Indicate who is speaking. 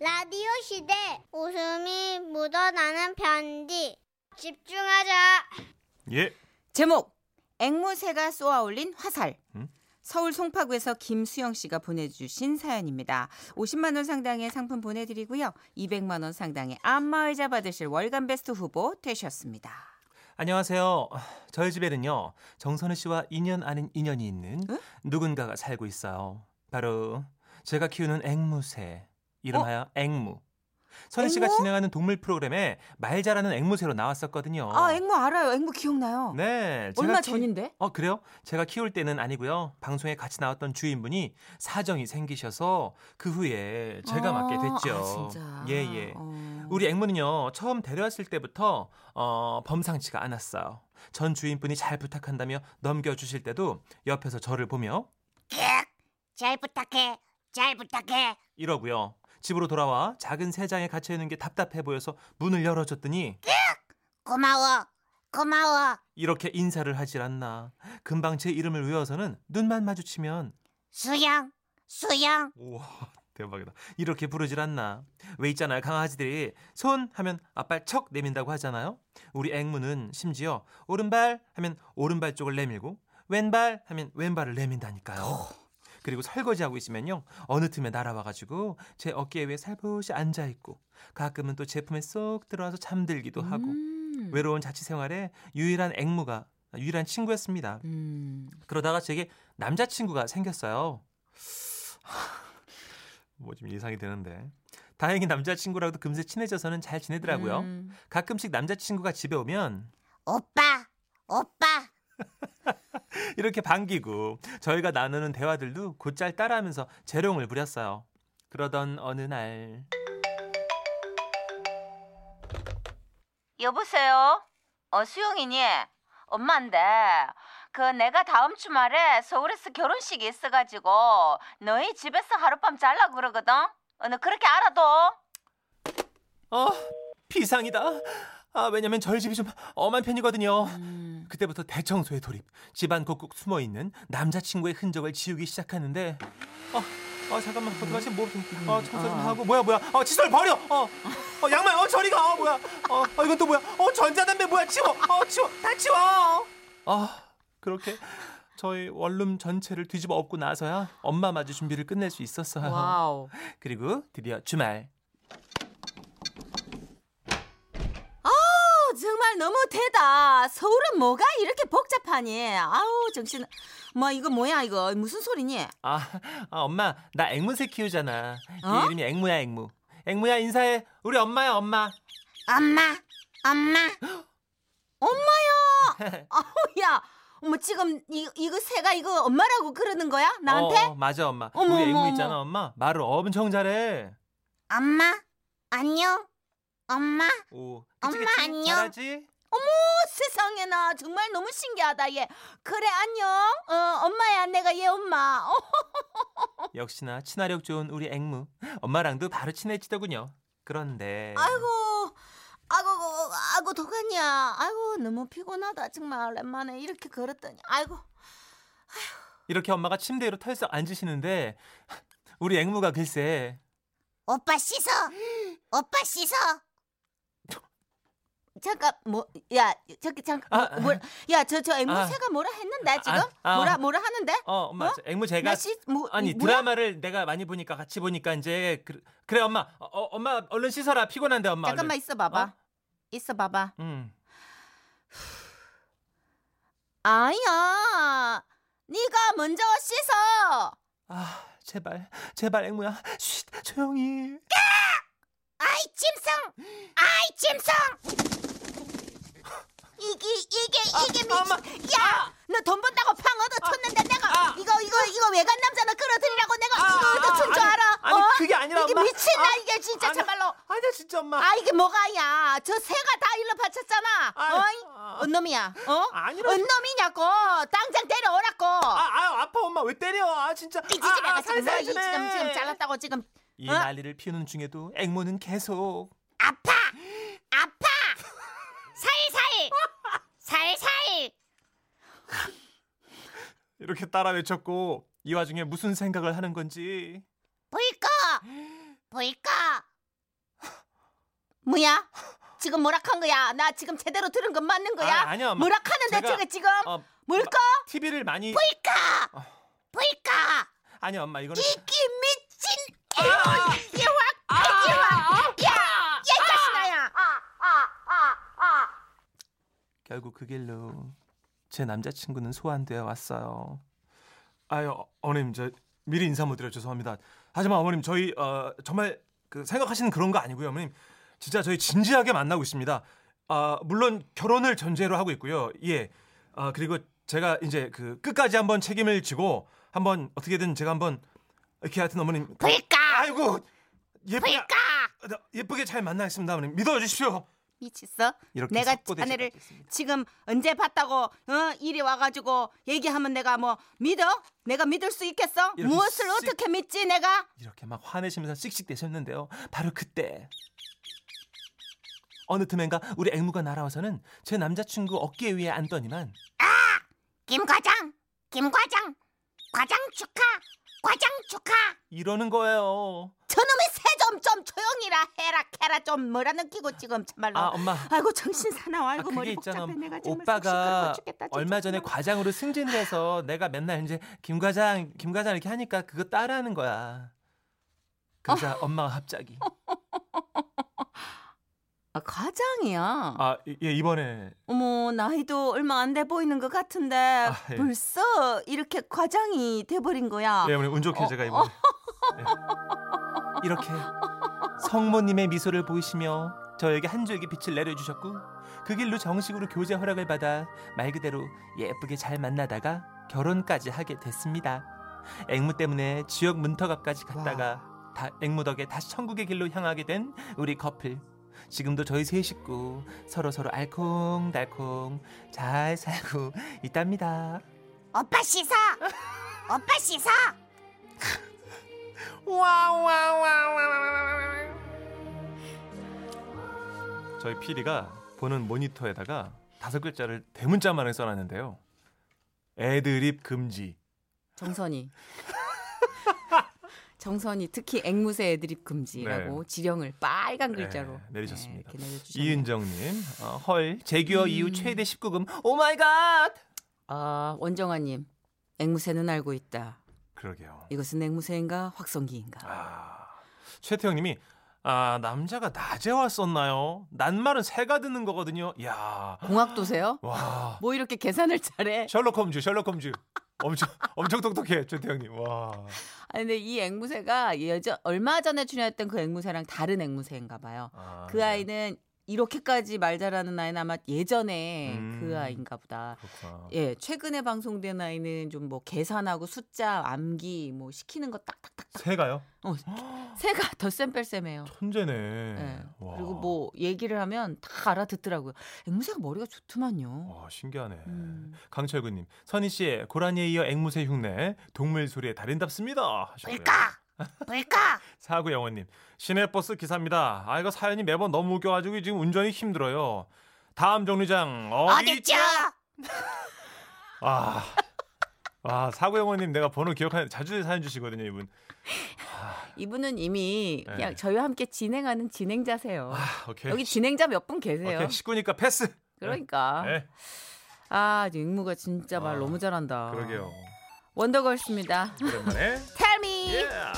Speaker 1: 라디오 시대 웃음이 묻어나는 편지 집중하자
Speaker 2: 예.
Speaker 3: 제목 앵무새가 쏘아올린 화살
Speaker 2: 음?
Speaker 3: 서울 송파구에서 김수영 씨가 보내주신 사연입니다. 50만 원 상당의 상품 보내드리고요. 200만 원 상당의 안마의자 받으실 월간 베스트 후보 되셨습니다.
Speaker 2: 안녕하세요. 저희 집에는요. 정선우 씨와 인연 아닌 인연이 있는
Speaker 3: 응?
Speaker 2: 누군가가 살고 있어요. 바로 제가 키우는 앵무새. 이름하여 앵무. 선우 씨가
Speaker 3: 어? 앵무?
Speaker 2: 진행하는 동물 프로그램에 말 잘하는 앵무새로 나왔었거든요.
Speaker 3: 아 앵무 알아요. 앵무 기억나요.
Speaker 2: 어. 네. 제가
Speaker 3: 얼마
Speaker 2: 키-
Speaker 3: 전인데?
Speaker 2: 어 그래요? 제가 키울 때는 아니고요. 방송에 같이 나왔던 주인분이 사정이 생기셔서 그 후에 제가
Speaker 3: 아,
Speaker 2: 맡게 됐죠.
Speaker 3: 아, 진짜.
Speaker 2: 예 예.
Speaker 3: 어.
Speaker 2: 우리 앵무는요 처음 데려왔을 때부터 어, 범상치가 않았어요. 전 주인분이 잘 부탁한다며 넘겨주실 때도 옆에서 저를 보며
Speaker 1: 잘 부탁해 잘 부탁해
Speaker 2: 이러고요. 집으로 돌아와 작은 새장에 갇혀 있는 게 답답해 보여서 문을 열어줬더니
Speaker 1: 고마워 고마워
Speaker 2: 이렇게 인사를 하질 않나. 금방 제 이름을 외워서는 눈만 마주치면
Speaker 1: 수영 수영
Speaker 2: 우와 대박이다 이렇게 부르질 않나 왜 있잖아요 강아지들이 손 하면 앞발 척 내민다고 하잖아요 우리 앵무는 심지어 오른발 하면 오른발 쪽을 내밀고 왼발 하면 왼발을 내민다니까요 그리고 설거지하고 있으면요 어느 틈에 날아와가지고 제 어깨 위에 살포시 앉아있고 가끔은 또 제품에 쏙 들어와서 잠들기도 하고
Speaker 3: 음.
Speaker 2: 외로운 자취생활에 유일한 앵무가 유일한 친구였습니다
Speaker 3: 음.
Speaker 2: 그러다가 제게 남자친구가 생겼어요. 뭐 좀 예상이 되는데. 다행히 남자친구랑도 금세 친해져서는 잘 지내더라고요.
Speaker 3: 음.
Speaker 2: 가끔씩 남자친구가 집에 오면
Speaker 1: 오빠 오빠
Speaker 2: 이렇게 반기고 저희가 나누는 대화들도 곧잘 따라하면서 재롱을 부렸어요. 그러던 어느 날
Speaker 4: 여보세요? 어, 수영이니? 엄마인데, 그 내가 다음 주말에 서울에서 결혼식이 있어가지고 너희 집에서 하룻밤 잘라고 그러거든? 어, 너 그렇게 알아둬?
Speaker 2: 어 비상이다. 아 왜냐면 저희 집이 좀 엄한 편이거든요.
Speaker 3: 음.
Speaker 2: 그때부터 대청소에 돌입. 집안 곳곳 숨어 있는 남자친구의 흔적을 지우기 시작하는데. 어, 어 잠깐만 어떡하지? 뭐 좀, 어, 청소 좀
Speaker 3: 어.
Speaker 2: 하고 뭐야 뭐야? 어 칫솔 버려. 어, 어 양말 어 저리 가. 어 뭐야? 어, 어 이건 또 뭐야? 어 전자담배 뭐야? 치워. 어 치워. 다 치워. 아 그렇게 저희 원룸 전체를 뒤집어 엎고 나서야 엄마 마주 준비를 끝낼 수 있었어요.
Speaker 3: 와우.
Speaker 2: 그리고 드디어 주말.
Speaker 3: 어, 정말 너무 대다. 서울은 뭐가 이렇게 복잡하니? 아우 정신. 뭐 이거 뭐야 이거 무슨 소리니?
Speaker 2: 아, 아, 엄마 나 앵무새 키우잖아.
Speaker 3: 어?
Speaker 2: 얘 이름이 앵무야 앵무. 앵무야 인사해. 우리 엄마야 엄마.
Speaker 1: 엄마 엄마
Speaker 3: 아우 야, 어머 지금 이 이거 새가 이거 엄마라고 그러는 거야 나한테?
Speaker 2: 어, 맞아 엄마.
Speaker 3: 어머,
Speaker 2: 우리
Speaker 3: 어머,
Speaker 2: 앵무
Speaker 3: 어머.
Speaker 2: 있잖아 엄마. 말을 엄청 잘해.
Speaker 1: 엄마 안녕 엄마
Speaker 2: 오.
Speaker 1: 엄마, 안녕.
Speaker 2: 잘하지?
Speaker 3: 어, 세상에나 정말 너무 신기하다 얘. 그래 안녕. 어 엄마야 내가 얘 엄마. 어,
Speaker 2: 역시나 친화력 좋은 우리 앵무. 엄마랑도 바로 친해지더군요. 그런데
Speaker 3: 아이고. 아이고, 아이고, 도가니야. 아이고, 너무 피곤하다. 정말 오랜만에 이렇게 걸었더니. 아이고,
Speaker 2: 이렇게 엄마가 침대 위로 털썩 앉으시는데 우리 앵무가 글쎄
Speaker 1: 오빠 씻어 오빠 씻어
Speaker 3: 잠깐, 뭐, 야, 저기, 잠깐,
Speaker 2: 아,
Speaker 3: 뭐, 야, 저, 저
Speaker 2: 아.
Speaker 3: 앵무새가 뭐라 했는데, 지금?
Speaker 2: 아, 아.
Speaker 3: 뭐라, 뭐라 하는데?
Speaker 2: 어 엄마
Speaker 3: 어?
Speaker 2: 저 앵무 제가
Speaker 3: 나 씨, 뭐,
Speaker 2: 아니
Speaker 3: 뭐야?
Speaker 2: 드라마를 내가 많이 보니까 같이 보니까 이제 그, 그래 엄마 어, 어, 엄마 얼른 씻어라 피곤한데 엄마 얼른.
Speaker 3: 잠깐만 있어봐봐.
Speaker 2: 어?
Speaker 3: 있어봐봐.
Speaker 2: 음.
Speaker 3: 아니야. 네가 먼저 씻어.
Speaker 2: 아 제발 제발 앵무야 쉿 조용히
Speaker 1: 아이 짐승 아이 짐승 이게 이게 이게
Speaker 2: 아, 엄마
Speaker 3: 야, 너 돈 번다고 팡 얻어 쳤는데 내가
Speaker 2: 아.
Speaker 3: 이거 이거 이거 외간 남자나 끌어들이라고 내가
Speaker 2: 아,
Speaker 3: 이거 얻어
Speaker 2: 아니,
Speaker 3: 춘줄 알아?
Speaker 2: 아니,
Speaker 3: 어?
Speaker 2: 그게 아니라,
Speaker 3: 이게
Speaker 2: 엄마.
Speaker 3: 미친다
Speaker 2: 아,
Speaker 3: 이게 진짜
Speaker 2: 아니.
Speaker 3: 참말로.
Speaker 2: 아니야 진짜 엄마
Speaker 3: 아 이게 뭐가야? 저 새가 다 일로 바쳤잖아.
Speaker 2: 아,
Speaker 3: 어이?
Speaker 2: 아.
Speaker 3: 언놈이야. 어?
Speaker 2: 아니라.
Speaker 3: 언놈이냐고. 당장 데려오라고.
Speaker 2: 아, 아 아파 엄마 왜 때려 아 진짜
Speaker 3: 이 지지배가 지금 뭐야? 이
Speaker 2: 살살지네.
Speaker 3: 지금 지금 잘랐다고 지금.
Speaker 2: 이
Speaker 3: 어?
Speaker 2: 난리를 피우는 중에도 앵무는 계속
Speaker 1: 아파 아파 살살 살살
Speaker 2: 이렇게 따라 외쳤고 이 와중에 무슨 생각을 하는 건지
Speaker 1: 불꺼 불꺼 뭐야? 지금 뭐라 한 거야? 나 지금 제대로 들은 건 맞는 거야?
Speaker 2: 아, 아니요, 엄마.
Speaker 1: 뭐라 하는데
Speaker 2: 제가-
Speaker 1: 저게 지금?
Speaker 2: 어,
Speaker 1: 뭘까?
Speaker 2: TV를 많이
Speaker 1: 보일까?
Speaker 2: 어.
Speaker 1: 보일까?
Speaker 2: 아니 엄마 이거는
Speaker 1: 이게 미친 애완 애완 야야 자신아야
Speaker 2: 결국 그 길로 제 남자친구는 소환되어 왔어요. 아유 어, 어머님 저 미리 인사 못 드려 죄송합니다. 하지만 어머님 저희 어, 정말 그 생각하시는 그런 거 아니고요 어머님 진짜 저희 진지하게 만나고 있습니다. 아 물론 결혼을 전제로 하고 있고요. 예. 아 그리고 제가 이제 그 끝까지 한번 책임을 지고 한번 어떻게든 제가 한번 이렇게 하여튼 어머님 그-
Speaker 1: 보일까?
Speaker 2: 아이고 예쁘게 어,
Speaker 1: 보일까?
Speaker 2: 예쁘게 잘 만나겠습니다 어머님 믿어주십시오.
Speaker 1: 미쳤어?
Speaker 2: 이렇게
Speaker 1: 내가
Speaker 2: 석고대지가
Speaker 1: 자네를
Speaker 2: 됐습니다.
Speaker 1: 지금 언제 봤다고 어? 이리 와가지고 얘기하면 내가 뭐 믿어? 내가 믿을 수 있겠어?
Speaker 2: 이렇게
Speaker 1: 무엇을
Speaker 2: 씩-
Speaker 1: 어떻게 믿지 내가?
Speaker 2: 이렇게 막 화내시면서 씩씩대셨는데요. 바로 그때 어느 틈엔가 우리 앵무가 날아와서는 제 남자친구 어깨 위에 앉더니만
Speaker 1: 김 과장, 김 과장, 과장 축하, 과장 축하.
Speaker 2: 이러는 거예요.
Speaker 1: 저놈의 새 좀 좀 조용히라 해라 캐라 좀 뭐라 느끼고 지금 참말로.
Speaker 2: 아 엄마.
Speaker 1: 아이고 정신 사나워
Speaker 2: 아,
Speaker 1: 아이고
Speaker 2: 그게
Speaker 1: 머리
Speaker 2: 있잖아.
Speaker 1: 복잡해 내가 정말
Speaker 2: 오빠가
Speaker 1: 속 시끄러워 죽겠다, 진짜.
Speaker 2: 얼마 전에 과장으로 승진을 해서 내가 맨날 이제 김 과장, 김 과장 이렇게 하니까 그거 따라하는 거야. 그러자 엄마가 갑자기
Speaker 3: 아, 과장이야.
Speaker 2: 아, 예, 이번에
Speaker 3: 어머 나이도 얼마 안 돼 보이는 것 같은데
Speaker 2: 예.
Speaker 3: 벌써 이렇게 과장이 돼버린 거야.
Speaker 2: 예, 어머니 운 좋게
Speaker 3: 어,
Speaker 2: 제가 이번에 예. 이렇게 성모님의 미소를 보이시며 저에게 한 줄기 빛을 내려주셨고 그 길로 정식으로 교제 허락을 받아 말 그대로 예쁘게 잘 만나다가 결혼까지 하게 됐습니다. 앵무 때문에 지역 문턱 앞까지 갔다가 다 앵무 덕에 다시 천국의 길로 향하게 된 우리 커플. 지금도 저희 세 식구 서로 서로 알콩달콩 잘 살고 있답니다.
Speaker 1: 오빠 씻어 오빠 씻어
Speaker 2: 저희 PD가 보는 모니터에다가 다섯 글자를 대문자만을 써놨는데요. 애드립 금지.
Speaker 3: 정선이. 정선이 특히 앵무새 애드립 금지라고 지령을 빨간 글자로
Speaker 2: 네, 내리셨습니다.
Speaker 3: 네, 이렇게 내려주셨네요.
Speaker 2: 이은정님, 어, 헐
Speaker 3: 음.
Speaker 2: 재규어 이후 최대 19금. 오 마이 갓.
Speaker 3: 아 원정아님 앵무새는 알고 있다.
Speaker 2: 그러게요.
Speaker 3: 이것은 앵무새인가 확성기인가.
Speaker 2: 아, 최태형님이 아 남자가 낮에 왔었나요? 낱말은 새가 듣는 거거든요. 야,
Speaker 3: 공학도세요?
Speaker 2: 와.
Speaker 3: 뭐 이렇게 계산을 잘해?
Speaker 2: 셜록 홈즈, 셜록 홈즈. 엄청 엄청 똑똑해 최태형님. 와.
Speaker 3: 아 근데 이 앵무새가 예전 얼마 전에 출연했던 그 앵무새랑 다른 앵무새인가 봐요.
Speaker 2: 아,
Speaker 3: 그
Speaker 2: 네.
Speaker 3: 아이는 이렇게까지 말 잘하는 아이는 아마 예전에
Speaker 2: 음. 어.
Speaker 3: 그 아이인가 보다.
Speaker 2: 그렇구나.
Speaker 3: 예, 최근에 방송된 아이는 좀 뭐 계산하고 숫자 암기 뭐 시키는 거 딱딱딱.
Speaker 2: 새가요?
Speaker 3: 어, 새가 더 쌤뺄쌤해요.
Speaker 2: 천재네.
Speaker 3: 예.
Speaker 2: 와.
Speaker 3: 그리고 뭐 얘기를 하면 다 알아듣더라고요. 앵무새가 머리가 좋더만요.
Speaker 2: 와, 어, 신기하네.
Speaker 3: 음.
Speaker 2: 강철구님, 선희 씨의 고라니에 이어 앵무새 흉내, 동물 소리의 달인답습니다. 하셨고요.
Speaker 3: 그러니까!
Speaker 1: 볼까 볼까
Speaker 2: 사구 영원님, 시내버스 기사입니다. 아 이거 사연이 매번 너무 웃겨가지고 지금 운전이 힘들어요. 다음 정류장 어디?
Speaker 1: 어딨죠
Speaker 2: 아, 아 사구 영원님 내가 번호 기억하는 자주 사연 주시거든요 이분.
Speaker 3: 이분은 이미
Speaker 2: 네.
Speaker 3: 그냥 저희와 함께 진행하는 진행자세요.
Speaker 2: 아 오케이.
Speaker 3: 여기 진행자 몇 분 계세요?
Speaker 2: 오케이 식구니까 패스.
Speaker 3: 그러니까.
Speaker 2: 네,
Speaker 3: 아, 앵무가 진짜 말
Speaker 2: 아,
Speaker 3: 너무 잘한다.
Speaker 2: 그러게요.
Speaker 3: 원더걸스입니다.
Speaker 2: 오랜만에. 예.
Speaker 3: Tell me.
Speaker 2: Yeah.